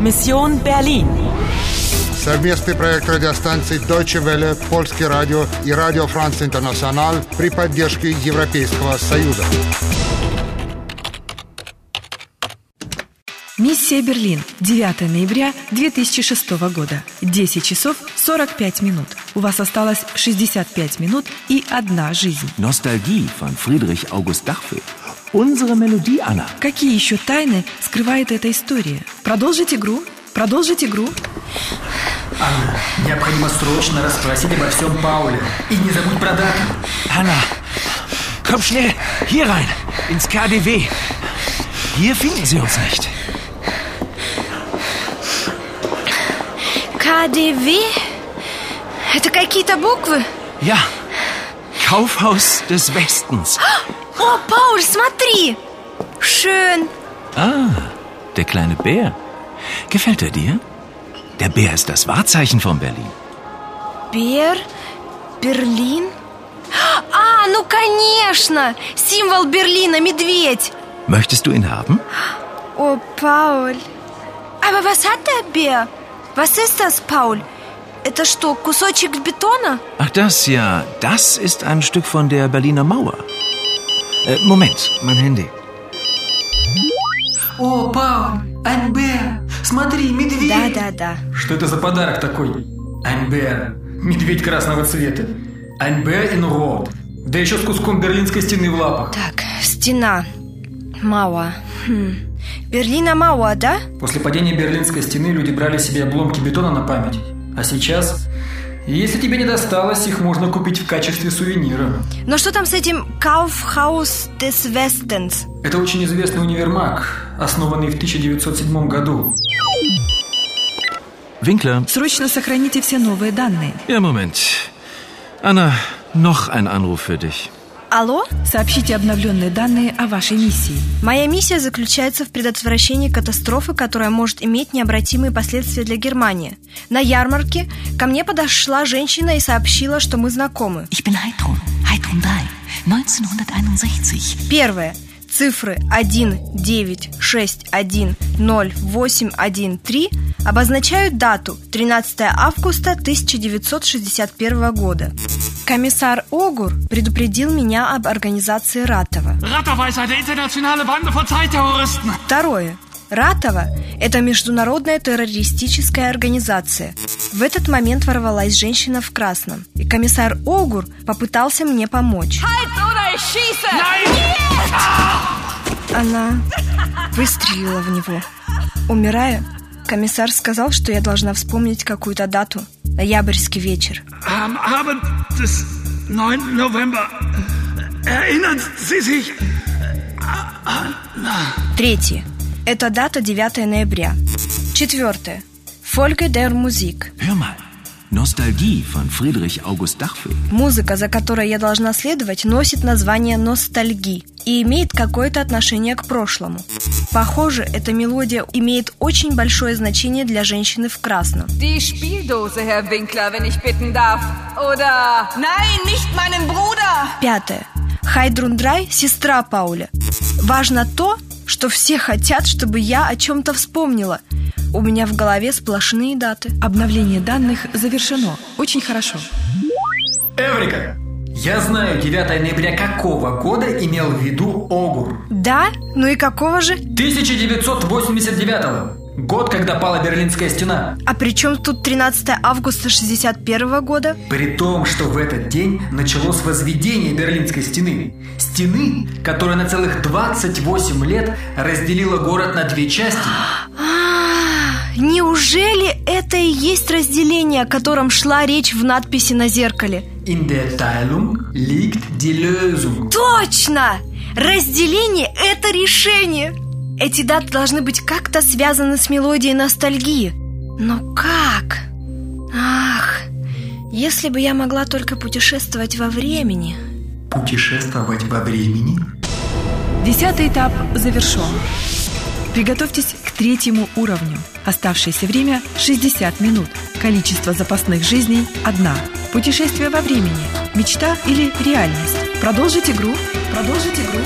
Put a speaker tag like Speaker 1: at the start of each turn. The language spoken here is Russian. Speaker 1: Mission Berlin.
Speaker 2: Совместный проект радиостанций Deutsche Welle, Польский радио и Радио Франц Интернационал при поддержке Европейского Союза.
Speaker 3: Миссия Берлин. 9 ноября 2006 года. 10 часов 45 минут. У вас осталось 65 минут и одна жизнь.
Speaker 4: Nostalgie von Friedrich August Dachfeld. Unsere Melodie, Anna.
Speaker 3: Какие еще тайны скрывает эта история? Продолжить игру? Продолжить игру?
Speaker 5: Анна, необходимо срочно расспросить обо всем Пауле. И не забудь про дату.
Speaker 4: Anna, komm schnell hier rein, ins KDW. Hier finden Sie uns nicht.
Speaker 6: КДВ? Это какие-то буквы?
Speaker 4: Ja, Kaufhaus des Westens.
Speaker 6: О, Пауль, смотри! Schön!
Speaker 4: Ah, der kleine Bär. Gefällt er dir? Der Bär ist das Wahrzeichen von Berlin.
Speaker 6: Бер... Берлин? А, ну конечно! Символ Берлина – медведь!
Speaker 4: Möchtest du ihn haben?
Speaker 6: О, Пауль! А Aber was hat der Bär? Was ist das, Paul? Это что, кусочек бетона?
Speaker 4: Ach, das ja. Das ist ein Stück von der Berliner Mauer. Äh, Moment, mein Handy.
Speaker 5: О, Пауль, Аньбер, смотри, медведь.
Speaker 6: Да-да-да.
Speaker 5: Что это за подарок такой? Аньбер, медведь красного цвета. Аньбер in road. Да еще с куском берлинской стены в лапах.
Speaker 6: Так, стена. Мауа. Хм. Берлина Мауа, да?
Speaker 5: После падения Берлинской стены люди брали себе обломки бетона на память. А сейчас, если тебе не досталось, их можно купить в качестве сувенира.
Speaker 6: Но что там с этим Kaufhaus des Westens?
Speaker 5: Это очень известный универмаг, основанный в 1907 году.
Speaker 4: Winkler.
Speaker 3: Срочно сохраните все новые данные.
Speaker 4: Ja, Moment. Anna, noch ein Anruf für dich.
Speaker 6: Алло?
Speaker 3: Сообщите обновленные данные о вашей миссии.
Speaker 6: Моя миссия заключается в предотвращении катастрофы, которая может иметь необратимые последствия для Германии. На ярмарке ко мне подошла женщина и сообщила, что мы знакомы.
Speaker 7: Ich bin Heidrun, Heidrun 3, 1961.
Speaker 6: Первое. Цифры 1, 9, 6, 1, 0, 8, 1, 3 обозначают дату 13 августа 1961 года. Комиссар Огур предупредил меня об организации Ратова.
Speaker 8: Rattawey ist eine internationale Bande von Zeitterroristen.
Speaker 6: Второе. Ратова – это международная террористическая организация. В этот момент ворвалась женщина в красном, и комиссар Огур попытался мне помочь. Она выстрелила в него. Умирая, комиссар сказал, что я должна вспомнить какую-то дату. Ноябрьский вечер.
Speaker 8: Am Abend des 9. November erinnern Sie sich
Speaker 6: Третье. Это дата 9 ноября. Четвертое. Фольга der Musik.
Speaker 4: Hör mal. Nostalgie von Friedrich August Dachfeld.
Speaker 6: Музыка, за которой я должна следовать, носит название «Ностальги» и имеет какое-то отношение к прошлому. Похоже, эта мелодия имеет очень большое значение для женщины в красном.
Speaker 9: Die Spieldose, Herr Winkler, wenn ich bitten darf. Oder... Nein, nicht meinen Bruder!
Speaker 6: Пятое. Хайдрундрай – сестра Пауля. Важно то, что все хотят, чтобы я о чем-то вспомнила. У меня в голове сплошные даты.
Speaker 3: Обновление данных завершено. Очень хорошо.
Speaker 5: Эврика! Я знаю 9 ноября какого года имел в виду Огур.
Speaker 6: Да? Ну и какого же?
Speaker 5: 1989 Год, когда пала Берлинская стена.
Speaker 6: А при чем тут 13 августа 61 года?
Speaker 5: При том, что в этот день началось возведение Берлинской стены. Стены, которая на целых 28 лет разделила город на две части.
Speaker 6: А, Неужели это и есть разделение, о котором шла речь в надписи на зеркале?
Speaker 5: In der Teilung liegt die Lösung.
Speaker 6: Точно! Разделение – это решение! Эти даты должны быть как-то связаны с мелодией ностальгии. Но как? Ах, если бы я могла только путешествовать во времени.
Speaker 5: Путешествовать во времени?
Speaker 3: Десятый этап завершен. Приготовьтесь к третьему уровню. Оставшееся время 60 минут. Количество запасных жизней – одна. Путешествие во времени. Мечта или реальность. Продолжить игру. Продолжить игру.